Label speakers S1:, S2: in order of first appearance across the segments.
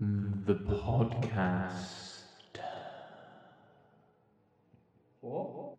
S1: The podcast.
S2: What?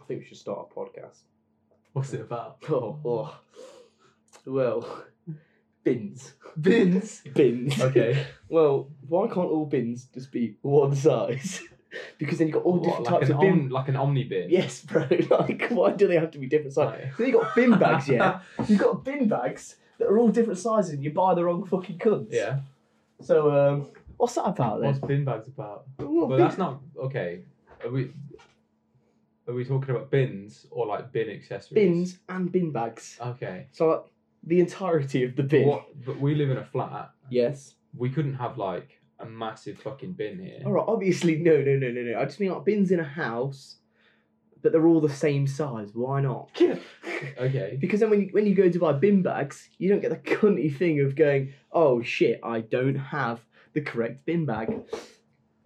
S2: I think we should start a podcast.
S3: What's it about?
S2: Oh, oh. well, bins.
S3: Bins.
S2: Bins.
S3: Okay.
S2: Well, why can't all bins just be one size? because then you've got all
S3: What,
S2: different
S3: like
S2: types
S3: an
S2: of bin.
S3: om- like an omni bin.
S2: Yes, bro. Like, why do they have to be different sizes?
S3: Right.
S2: So you got bin bags, yeah. you got bin bags that are all different sizes, and you buy the wrong fucking cunts.
S3: Yeah.
S2: So, um, what's that about
S3: What's
S2: then?
S3: bin bags about?
S2: What
S3: Well,
S2: Oh, bin-
S3: that's not okay. Are we? Are we talking about bins or like bin accessories?
S2: bins and bin bags.
S3: Okay.
S2: So, like, the entirety of the bin.
S3: What, but we live in a flat.
S2: Yes.
S3: We couldn't have like a massive fucking bin here.
S2: All right. Obviously, no, no, no, no, no. I just mean like bins in a house, but they're all the same size. Why not?
S3: Okay.
S2: Because then when you, when you go to buy bin bags, you don't get the cunty thing of going, oh shit, I don't have the correct bin bag.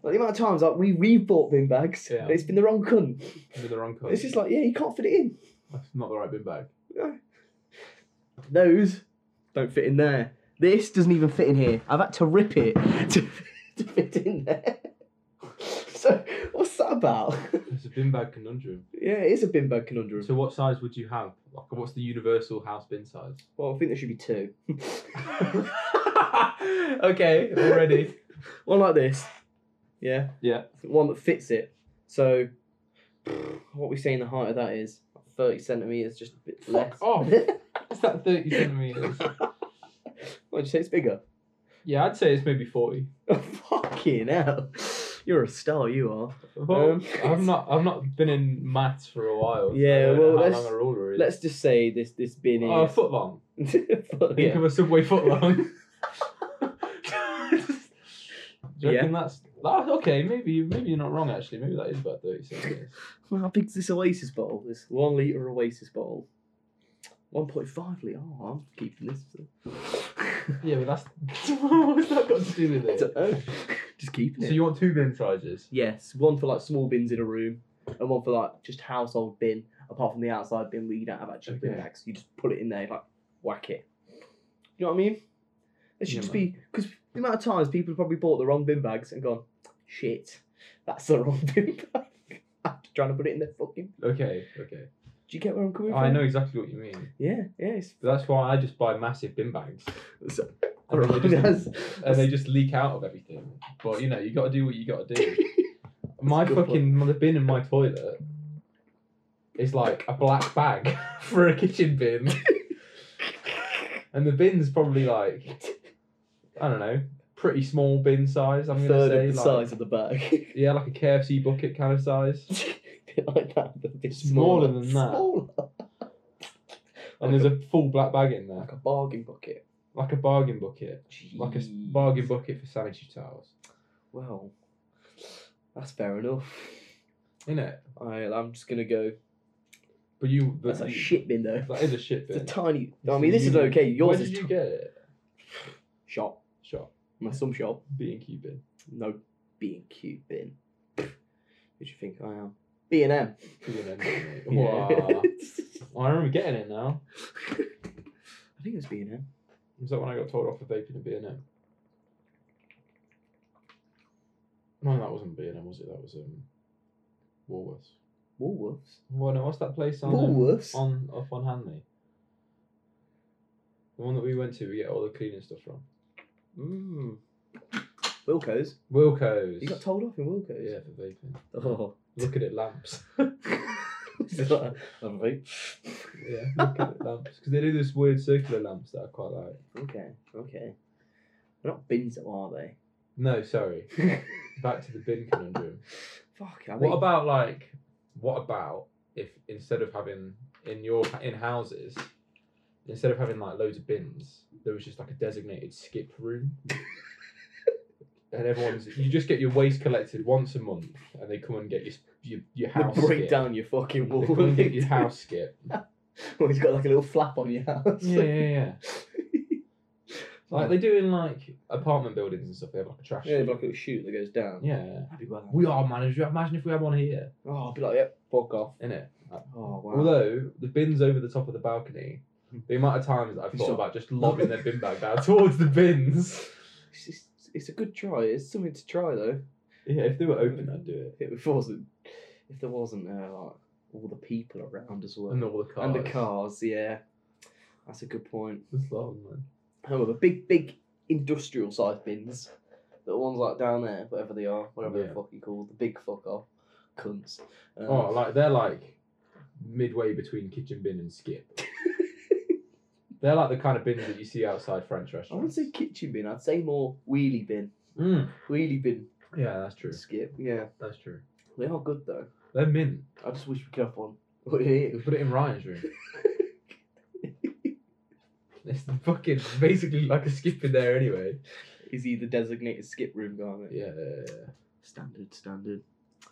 S2: Like the amount of times like we we bought bin bags,
S3: Yeah.
S2: but it's been the wrong cunt.
S3: With the wrong colour.
S2: It's just like yeah, you can't fit it in.
S3: That's not the right bin bag.
S2: Those don't fit in there. This doesn't even fit in here. I've had to rip it to, to fit in there. So what's that about?
S3: It's a bin bag conundrum.
S2: yeah, it is a bin bag conundrum.
S3: So what size would you have? Like, what's the universal house bin size?
S2: Well, I think there should be two.
S3: okay. Already.
S2: one like this. Yeah.
S3: Yeah.
S2: One that fits it. So, what we saying the height of that is 30 centimetres, just a bit
S3: Fuck
S2: less.
S3: off.
S2: What'd
S3: Is that thirty centimeters?
S2: you say? It's bigger.
S3: Yeah, I'd say it's maybe forty.
S2: Fucking hell. You're a star, you are.
S3: Well,
S2: Um,
S3: I've not I've not been in maths for a while. so
S2: Yeah,
S3: I don't
S2: well,
S3: know how
S2: let's-
S3: long a ruler is.
S2: Let's just say this this bin is.
S3: oh, a foot long.
S2: Foot,
S3: Think
S2: yeah.
S3: of a subway foot long. Do you
S2: Yeah.
S3: reckon that's that, okay? Maybe maybe you're not wrong actually. Maybe that is about thirty centimeters.
S2: Well, How big's this Oasis bottle? This one litre Oasis bottle. 1.5 litre. Oh, I'm keeping this.
S3: yeah, but that's what's that got to do with
S2: I
S3: it?
S2: don't know. Just keeping it.
S3: So you want two bin sizes?
S2: Yes, one for like small bins in a room, and one for like just household bin. Apart from the outside bin where you don't have actual bin
S3: Okay.
S2: bags, you just put it in there, like whack it. You know what I mean? It should
S3: Yeah,
S2: just be because the amount of times people have probably bought the wrong bin bags and gone, shit, that's the wrong bin bag. After trying to put it in their fucking.
S3: Okay, okay.
S2: Do you get where I'm coming from?
S3: I know exactly what you mean.
S2: Yeah, yeah. It's...
S3: But that's why I just buy massive bin bags.
S2: So-
S3: And then they just
S2: That's-
S3: and they just leak out of everything. But you know, you got to do what you got to do. my
S2: That's a good
S3: fucking the bin in my toilet is like a black bag for a kitchen bin, and the bin's probably like I don't know, pretty small bin size. I'm gonna
S2: third
S3: say
S2: of the
S3: like,
S2: size of the bag.
S3: Yeah, like a KFC bucket kind of size.
S2: Bit like that, but a bit
S3: Smaller
S2: smaller
S3: than that.
S2: Smaller.
S3: And there's a full black bag in there,
S2: Like a bargain bucket.
S3: like a bargain bucket, like a s-
S2: Jeez.
S3: bargain bucket for sanitary towels.
S2: Well, that's fair enough.
S3: In it,
S2: I, I'm just gonna go.
S3: but you
S2: That's a
S3: you-
S2: shit bin though.
S3: That is a shit bin.
S2: It's a tiny. I
S3: It's
S2: mean,
S3: a
S2: this is
S3: uni-
S2: okay. Yours
S3: Where
S2: is
S3: did you
S2: t-
S3: get it?
S2: shop.
S3: Shop.
S2: My some shop.
S3: B and Q bin.
S2: No B and Q bin. Who do you think I am? B and M.
S3: B and M.
S2: Yeah.
S3: bin, mate. Wow. I remember getting it now.
S2: I think it was B and M.
S3: Was that when I got told off for vaping at B and M? No, that wasn't B and M, was it? That was um, Woolworths.
S2: Woolworths.
S3: Well, no, what's that place on um,
S2: Woolworths.
S3: on off on Hanley? The one that we went to, we get all the cleaning stuff from.
S2: Mm. Wilco's.
S3: Wilco's.
S2: You got told off in Wilco's.
S3: Hmm. yeah, for vaping.
S2: Oh.
S3: Look at it, lamps.
S2: Is that a- a vape?
S3: yeah, look at it, lamps. Because they do this weird circular lamps that I quite like.
S2: Okay. Okay. They're not bins though, are they?
S3: No, sorry. Back to the bin conundrum.
S2: Fuck. I mean,
S3: What about like what about if instead of having in your in houses, instead of having like loads of bins, there was just like a designated skip room. and everyone's you just get your waste collected once a month and they come and get your your, your house
S2: they break
S3: skip.
S2: down your fucking wall.
S3: They come and get your house skip.
S2: well, he's got like a little flap on your house.
S3: Yeah, yeah, yeah. Like they do in like apartment buildings and stuff, they have like a trash.
S2: Yeah,
S3: chute.
S2: like a little chute that goes down.
S3: yeah.
S2: That'd be well.
S3: We are managers. Imagine if we had one here,
S2: Oh, I'd be like, yep, fuck off.
S3: innit?
S2: Oh wow. Hmm.
S3: Although the bin's over the top of the balcony, the amount of times that I've
S2: You
S3: thought
S2: saw-
S3: about just lobbing their bin bag down towards the bins
S2: It's, just, it's a good try. It's something to try though.
S4: Yeah, if they were open, I'd do it.
S2: If it wasn't, if there wasn't uh, like all the people around as well,
S3: And all the cars.
S2: And the cars, yeah, that's a good point.
S3: It's long, man.
S2: However, big, big industrial sized bins, the ones like down there, whatever they are, whatever
S3: Yeah.
S2: they're fucking called, the big fuck off cunts. Um,
S3: Oh, like they're like midway between kitchen bin and skip. they're like the kind of bins that you see outside French
S2: I wouldn't
S3: restaurants.
S2: say kitchen bin. I'd say more wheelie bin,
S3: Mm.
S2: wheelie bin
S3: Yeah, that's true.
S2: skip. Yeah,
S3: That's true.
S2: they are good though.
S3: They're mint.
S2: I just wish we could have one. What do you
S3: We
S2: eat?
S3: put it in Ryan's room. it's fucking basically like a skip in there anyway.
S2: Is he the designated skip room guy? mate?
S3: Yeah, yeah, yeah, yeah.
S2: Standard, standard.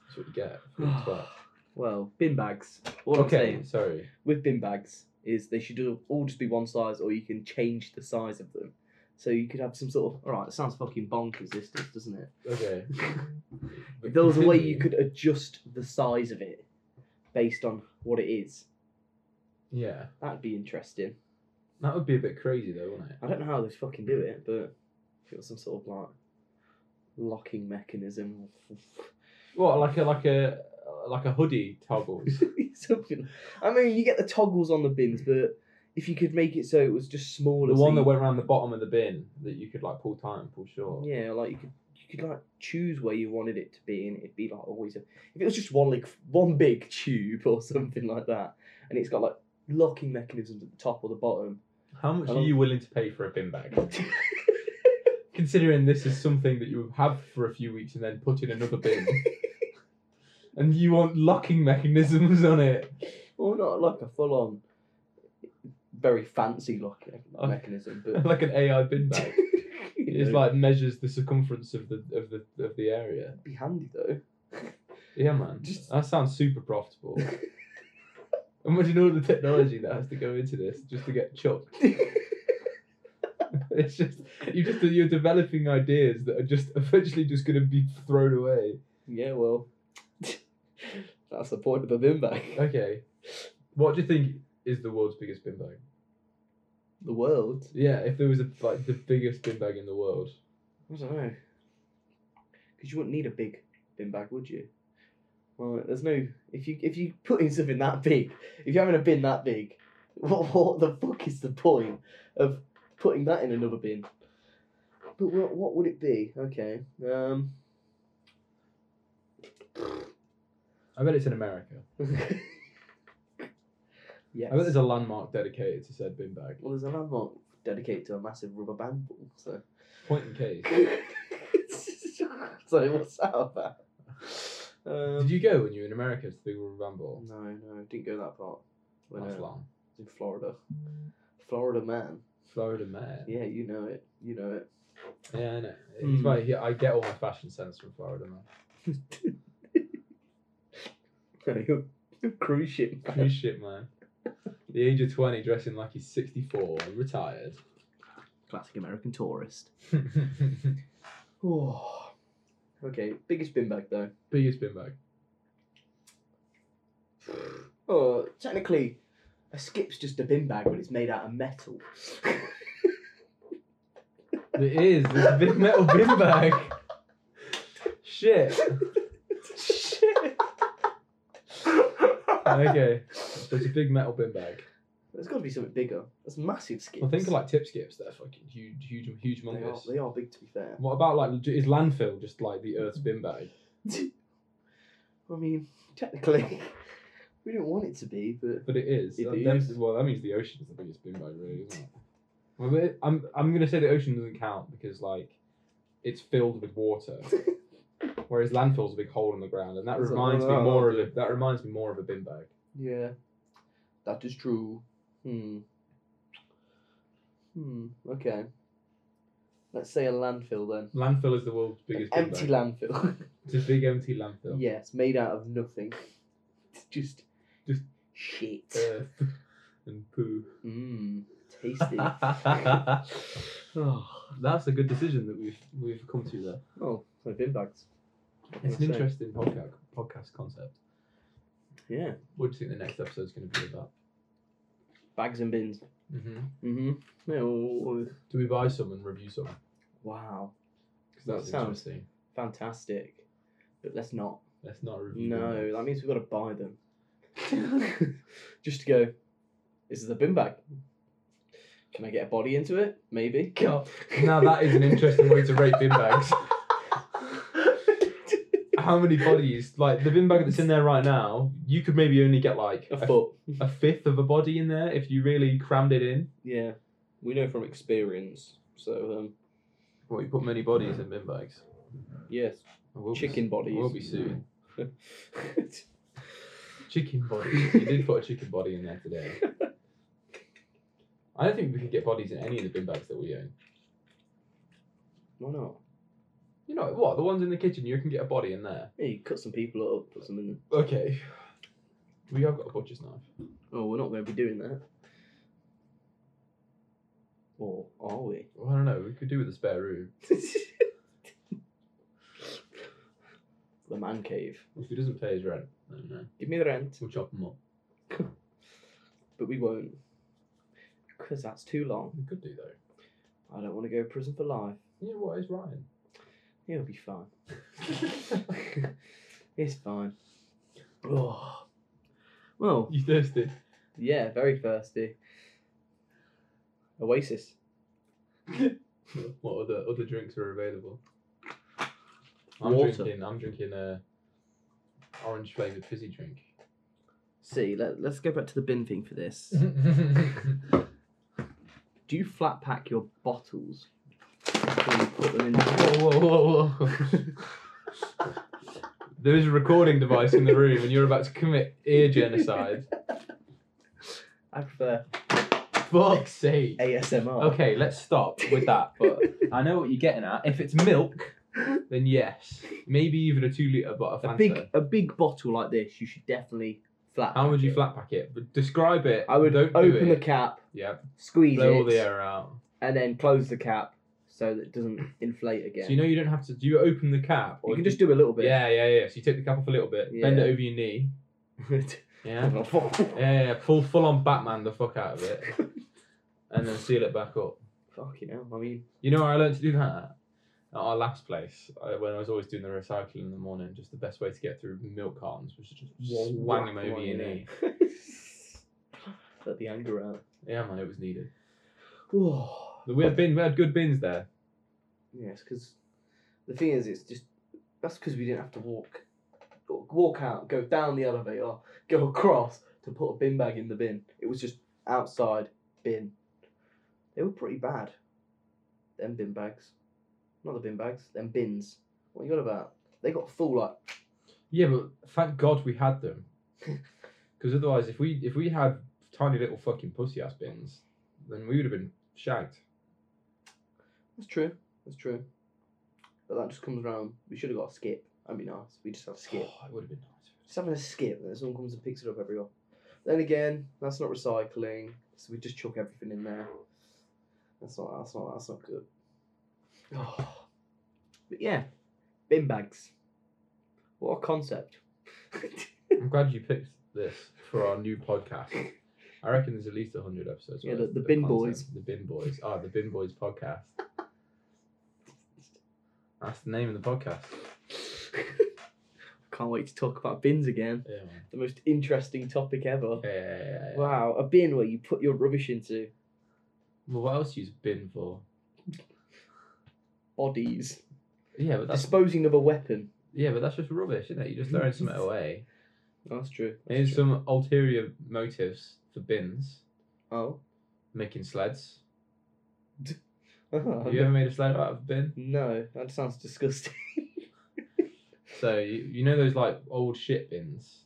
S3: that's what you get. for being twat.
S2: Well, bin bags. All I'm
S3: okay,
S2: saying
S3: sorry.
S2: with bin bags is they should do- all just be one size, or you can change the size of them. So you could have some sort of. All right, it sounds fucking bonkers, this does, doesn't it?
S3: Okay.
S2: If there was a way you
S3: Continue.
S2: could adjust the size of it based on what it is,
S3: Yeah,
S2: that'd be interesting.
S3: that would be a bit crazy though, wouldn't it?
S2: I don't know how they fucking do it, but if it was some sort of like locking mechanism,
S3: What, like a like a like a hoodie toggles?
S2: something. I mean, you get the toggles on the bins, but if you could make it so it was just smaller,
S3: the
S2: so
S3: one
S2: you-
S3: that went around the bottom of the bin that you could like pull tight and pull short.
S2: Yeah, like you could you could like choose where you wanted it to be, and it'd be like always a, if it was just one like one big tube or something like that, and it's got like locking mechanisms at the top or the bottom.
S3: How much
S2: I
S3: are
S2: don't-
S3: you willing to pay for a bin bag? Considering this is something that you have for a few weeks and then put in another bin. and you want locking mechanisms on it.
S2: well, not like a full on, very fancy locking
S3: Oh.
S2: mechanism, but
S3: like an AI bin bag. It
S2: you
S3: just
S2: know,
S3: like measures the circumference of the of the of the area.
S2: it'd be handy though.
S3: Yeah, man.
S2: Just-
S3: That sounds super profitable. Imagine all the technology that has to go into this just to get chucked. It's just you just you're developing ideas that are just eventually just going to be thrown away.
S2: yeah, well, that's the point of a bin bag.
S3: Okay, what do you think is the world's biggest bin bag?
S2: The world.
S3: Yeah, if there was a like the biggest bin bag in the world,
S2: I don't know. Because you wouldn't need a big bin bag, would you? Well, there's no if you if you put in something that big, if you're having a bin that big, what what the fuck is the point of putting that in another bin? But what what would it be? Okay, um,
S3: I bet it's in America.
S2: yes.
S3: I bet there's a landmark dedicated to said bin bag.
S2: well, there's a landmark dedicated to a massive rubber band ball. So,
S3: Point in case.
S2: so what's that about? Um,
S3: Did you go when you were in America to the Big Rubber Band Ball?
S2: No, no, didn't go that far. When
S3: That's
S2: uh,
S3: long.
S2: in Florida, Florida man.
S3: Florida man.
S2: Yeah, you know it. You know it.
S3: Yeah, I know. He's
S2: Hmm.
S3: right. He, I get all my fashion sense from Florida man.
S2: You're- you're cruise ship. man.
S3: Cruise ship man. The age of twenty, dressing like he's sixty-four, and retired.
S2: Classic American tourist.
S3: Biggest
S2: Oh. Okay, biggest bin bag though.
S3: bin bag.
S2: Oh, technically, a skip's just a bin bag, but it's made out of metal.
S3: It is this big metal bin bag. Shit.
S2: Shit.
S3: Okay, so it's a big metal bin bag.
S2: There's got to be something bigger. That's massive skips.
S3: Well, think of like tip skips. They're fucking huge, huge, huge,
S2: they are,
S3: humongous.
S2: they are big to be fair.
S3: What about like j- is landfill just like the Earth's bin bag?
S2: I mean, technically, we don't want it to be, but
S3: But it is.
S2: It
S3: That- them-
S2: is.
S3: Well, that means the ocean's the biggest bin bag, really, isn't it? Well, but it- I'm I'm gonna say the ocean doesn't count because like it's filled with water, whereas landfill's a big hole in the ground, and that
S2: It's a-
S3: reminds me
S2: well,
S3: more of a, that reminds me more of a bin bag.
S2: yeah, that is true. Hmm. Hmm. Okay. Let's say a landfill then.
S3: Landfill is the world's biggest bin
S2: Empty
S3: bag.
S2: landfill.
S3: it's a big empty landfill.
S2: yeah, it's made out of nothing. It's just,
S3: Just-
S2: shit.
S3: Earth and poo.
S2: Mmm. tasty.
S3: oh, that's a good decision that we've we've come to there.
S2: oh, so bin bags. What can
S3: It's
S2: I
S3: an
S2: say?
S3: interesting podcast podcast concept.
S2: Yeah,
S3: What do you think the next episode's going to be about?
S2: bags and bins.
S3: Mm-hmm.
S2: Mm-hmm. No.
S3: Do we buy some and review some?
S2: Wow,
S3: Because
S2: That
S3: that's
S2: sounds-
S3: interesting.
S2: fantastic. But let's not.
S3: That's not a review.
S2: No, that means we've got to buy them. Just to go, this is a bin bag. Can I get a body into it? Maybe.
S3: God. now that is an interesting way to rate bin bags. How many bodies? Like the bin bag that's in there right now, you could maybe only get like
S2: a foot.
S3: a fifth of a body in there if you really crammed it in.
S2: Yeah, we know from experience. So um,
S3: Well, you put many bodies in bin bags.
S2: yes,
S3: We'll
S2: chicken
S3: Be,
S2: bodies.
S3: we'll be sued. Chicken bodies. you did put a chicken body in there today. I don't think we could get bodies in any of the bin bags that we own.
S2: Why not?
S3: You know what? The ones in the kitchen, you can get a body in there.
S2: Yeah, you cut some people up, put some in.
S3: Okay. We have got a butcher's knife.
S2: Oh, we're not going to be doing that. Or are we?
S3: Well, I don't know. We could do with a spare room.
S2: the man cave.
S3: If he doesn't pay his rent, I don't know.
S2: Give me the rent.
S3: We'll chop him up.
S2: But we won't. Because that's too long.
S3: We could do though.
S2: I don't want to go to prison for life.
S3: Yeah, what is Ryan?
S2: He'll be fine. it's fine. Oh. Well,
S3: You thirsty?
S2: yeah, very thirsty. Oasis.
S3: what other other drinks are available? I'm
S2: Water.
S3: drinking. I'm drinking a orange flavored fizzy drink.
S2: See, let, let's go back to the bin thing for this. Do you flat pack your bottles before you put them in?
S3: whoa, whoa, whoa, whoa! there is a recording device in the room, and you're about to commit ear genocide.
S2: I prefer
S3: Fuck's sake!
S2: ASMR.
S3: Okay, let's stop with that. But I know what you're getting at. If it's milk, then yes, maybe even a two liter, but a,
S2: A
S3: Fanta.
S2: big a big bottle like this, you should definitely flat.
S3: How
S2: pack
S3: would you
S2: it.
S3: flat pack it? But describe it.
S2: I would
S3: don't
S2: open
S3: do
S2: the
S3: it.
S2: cap,
S3: yeah,
S2: squeeze
S3: blow all
S2: it,
S3: the air out.
S2: and then close the cap so that it doesn't inflate again.
S3: So you know you don't have to. Do you open the cap?
S2: you can just do a little bit.
S3: Yeah, yeah, yeah. So you take the cap off a little bit, bend it
S2: Yeah.
S3: over your knee. Yeah.
S2: Fuck
S3: Yeah, yeah, yeah. Full, full on Batman the fuck out of it, and then seal it back up.
S2: you know, I mean,
S3: You know where I learned to do that? At our last place, I, when I was always doing the recycling in the morning, just the best way to get through milk cartons was to just whang them over
S2: whack
S3: your
S2: one
S3: knee.
S2: in. Let the anger out. Oh.
S3: Yeah, man, it was needed.
S2: Whoa.
S3: But we had bin, we had good bins there.
S2: Yes, because the thing is, it's just that's because we didn't have to walk, Or walk out, go down the elevator, go across to put a bin bag in the bin. It was just outside bin. They were pretty bad. Them bin bags, not the bin bags, them bins. What you got about? They got full like
S3: Yeah, but thank God we had them, because otherwise, if we if we had tiny little fucking pussy ass bins, then we would have been shagged.
S2: That's true. That's true. But that just comes around. We should have got a skip. That'd be nice. We just have a skip.
S3: Oh, it would have been nice.
S2: Just having a skip, and then someone comes and picks it up everywhere. Then again, that's not recycling. So we just chuck everything in there. That's not. That's not. That's not good. but yeah, bin bags. What a concept.
S3: I'm glad you picked this for our new podcast. I reckon there's at least hundred episodes.
S2: Yeah,
S3: worth
S2: the- the
S3: of
S2: Bin
S3: content.
S2: Boys.
S3: The bin boys. Oh, the bin boys podcast. That's the name of the podcast.
S2: Can't wait to talk about bins again.
S3: Yeah. man.
S2: The most interesting topic ever.
S3: Yeah, yeah, yeah, yeah.
S2: Wow, a bin where you put your rubbish into
S3: Well, what else use bin for?
S2: bodies,
S3: Yeah, but that's
S2: disposing of a weapon.
S3: yeah, but that's just rubbish, isn't it? You're just throwing something away.
S2: That's true. that's
S3: There's
S2: true.
S3: some ulterior motives for bins,
S2: Oh.
S3: making sleds. Have you
S2: no,
S3: ever made a sled out of a bin?
S2: that sounds disgusting.
S3: So you, you know those like old shit bins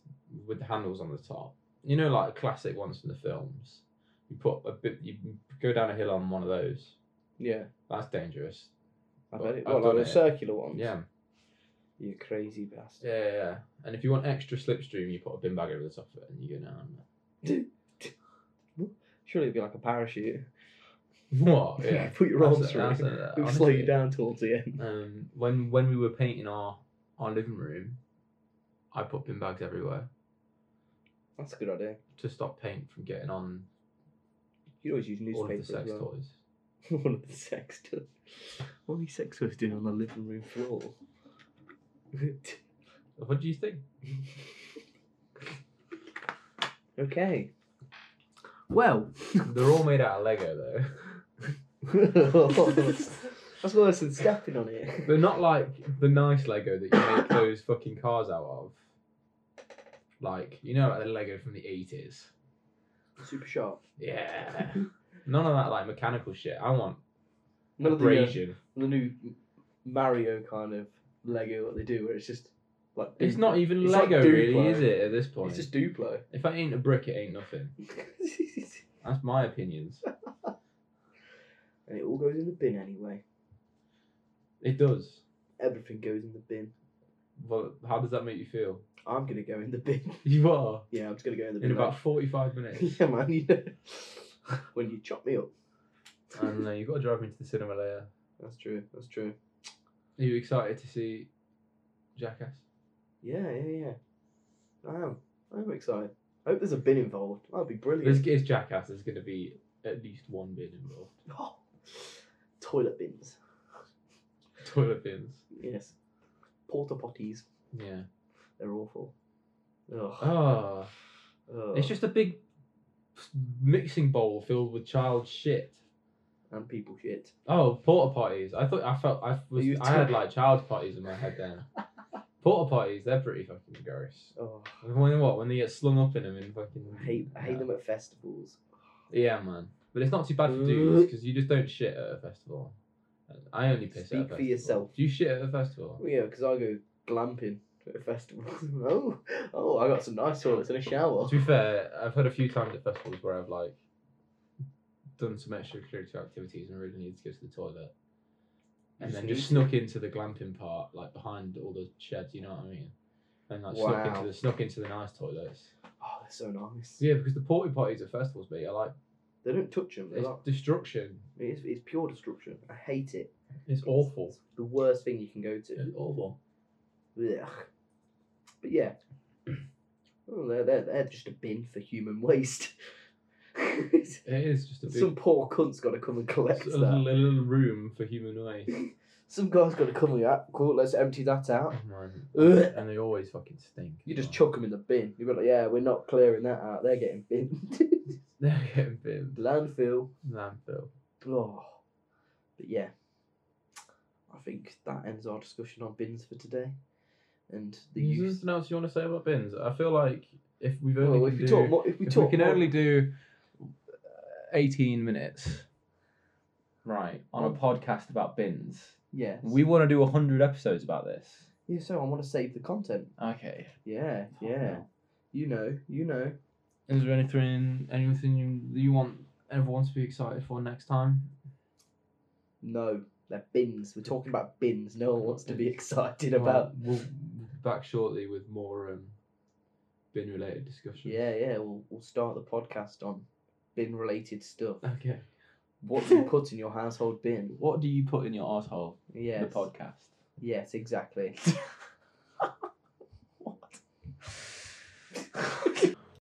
S3: with the handles on the top. You know, like classic ones from the films. You put a bit, you go down a hill on one of those.
S2: yeah,
S3: That's dangerous.
S2: I
S3: Well,
S2: bet it.
S3: I've
S2: Well, like
S3: done
S2: the
S3: it.
S2: circular ones.
S3: Yeah,
S2: You crazy bastard.
S3: yeah, yeah, yeah. And if you want extra slipstream, you put a bin bag over the top of it, and you go down.
S2: Surely it'd be like a parachute.
S3: What? Oh, Yeah.
S2: Put your
S3: That's
S2: arms
S3: it,
S2: through.
S3: that's
S2: it.
S3: it,
S2: It'll slow
S3: honestly.
S2: you down towards the end.
S3: um, when when we were painting our our living room, I put bin bags everywhere
S2: That's a good idea.
S3: to stop paint from getting on
S2: You'd always use
S3: all of
S2: newspaper
S3: the
S2: as
S3: sex
S2: well.
S3: toys.
S2: One of the sex toys. What are these sex toys doing on the living room floor?
S3: What do you think?
S2: okay. Well.
S3: They're all made out of Lego though.
S2: That's worse than stepping on it.
S3: They're not like the nice Lego that you make those fucking cars out of. Like you know, like the Lego from the eighties.
S2: Super sharp.
S3: Yeah. None of that like mechanical shit. I want
S2: None of the, uh,
S3: abrasion.
S2: the new Mario kind of Lego, what they do, where it's just like.
S3: It's
S2: Duplo.
S3: not even
S2: It's like
S3: Lego, really,
S2: Duplo.
S3: is it? At this point,
S2: It's just Duplo.
S3: if I ain't a brick, it ain't nothing.
S2: and
S3: That's my opinions.
S2: it all goes in the bin anyway.
S3: It does.
S2: Everything goes in the bin.
S3: But how does that make you feel?
S2: I'm gonna go in the bin.
S3: You are
S2: Yeah, I'm just gonna go in the bin.
S3: in about forty-five minutes,
S2: yeah, man. You know, when you chop me up.
S3: and uh, you've got to drive me to the cinema later.
S2: That's true. That's true.
S3: Are you excited to see Jackass?
S2: Yeah, yeah, yeah. I am. I'm excited. I hope there's a bin involved. That'd be brilliant.
S3: There's, it's Jackass. There's going to be at least one bin involved.
S2: Oh, toilet bins.
S3: Toilet bins.
S2: Yes. Porta potties.
S3: Yeah.
S2: They're awful. Ugh.
S3: Oh,
S2: Ugh.
S3: it's just a big mixing bowl filled with child shit.
S2: and people shit.
S3: Oh, porta potties. I thought I felt I was.
S2: You
S3: I had
S2: took-
S3: like child potties in my head then. porta potties. They're pretty fucking gross.
S2: Oh,
S3: I wonder what when they get slung up in them in fucking.
S2: I hate I hate them at festivals.
S3: Yeah, man. But it's not too bad for dudes because you just don't shit at a festival. I only piss at a
S2: Speak for
S3: festival.
S2: yourself.
S3: Do you shit at a festival?
S2: Well, yeah, because I go glamping at festivals. oh, oh, I got some nice toilets and a shower.
S3: To be fair, I've had a few times at festivals where I've like done some extracurricular activities and really needed to go to the toilet, and
S2: Just
S3: then just snuck into the glamping part, like behind all the sheds. You know what I mean? And like snuck
S2: Wow.
S3: into the snuck into the nice toilets.
S2: Oh, they're so nice.
S3: Yeah, because the porta potties at festivals, mate, are like
S2: They don't touch them. They're
S3: it's
S2: like,
S3: destruction.
S2: it's, it's pure destruction. I hate it.
S3: It's awful.
S2: It's the worst thing you can go to.
S3: It's awful.
S2: Yeah. But yeah. Oh, they're, they're, they're just a bin for human waste.
S3: It is just a big
S2: Some poor cunt's got to come and collect
S3: a
S2: that.
S3: little room for human waste.
S2: Some guy's got to come and go, cool, let's empty that out.
S3: Man.
S2: Ugh.
S3: and they always fucking stink.
S2: You
S3: as
S2: just
S3: well.
S2: chuck them in the bin. You're like, yeah, we're not clearing that out. They're getting binned.
S3: They're getting binned.
S2: Landfill.
S3: Landfill.
S2: Oh. But yeah, I think that ends our discussion on bins for today. And the
S3: Is there
S2: use.
S3: anything else you want to say about bins? I feel like if we've only
S2: Well,
S3: can
S2: if we
S3: do,
S2: talk more, if we
S3: if
S2: talk
S3: we can
S2: more-
S3: only do uh, eighteen minutes, right, on a
S2: Oh.
S4: podcast about bins.
S2: yes.
S4: We want to do hundred episodes about this.
S2: yeah, so I want to save the content.
S4: Okay.
S2: Yeah, yeah. You know, you know.
S3: is there anything anything you you want everyone to be excited for next time?
S2: No, they're bins. We're talking about bins. No one wants to be excited
S3: Well,
S2: about.
S3: we'll be back shortly with more um, bin related discussion.
S2: Yeah, yeah. We'll, we'll start the podcast on bin-related stuff.
S3: Okay.
S2: What do you put in your household bin?
S4: What do you put in your asshole?
S2: Yes.
S4: The podcast.
S2: Yes, exactly.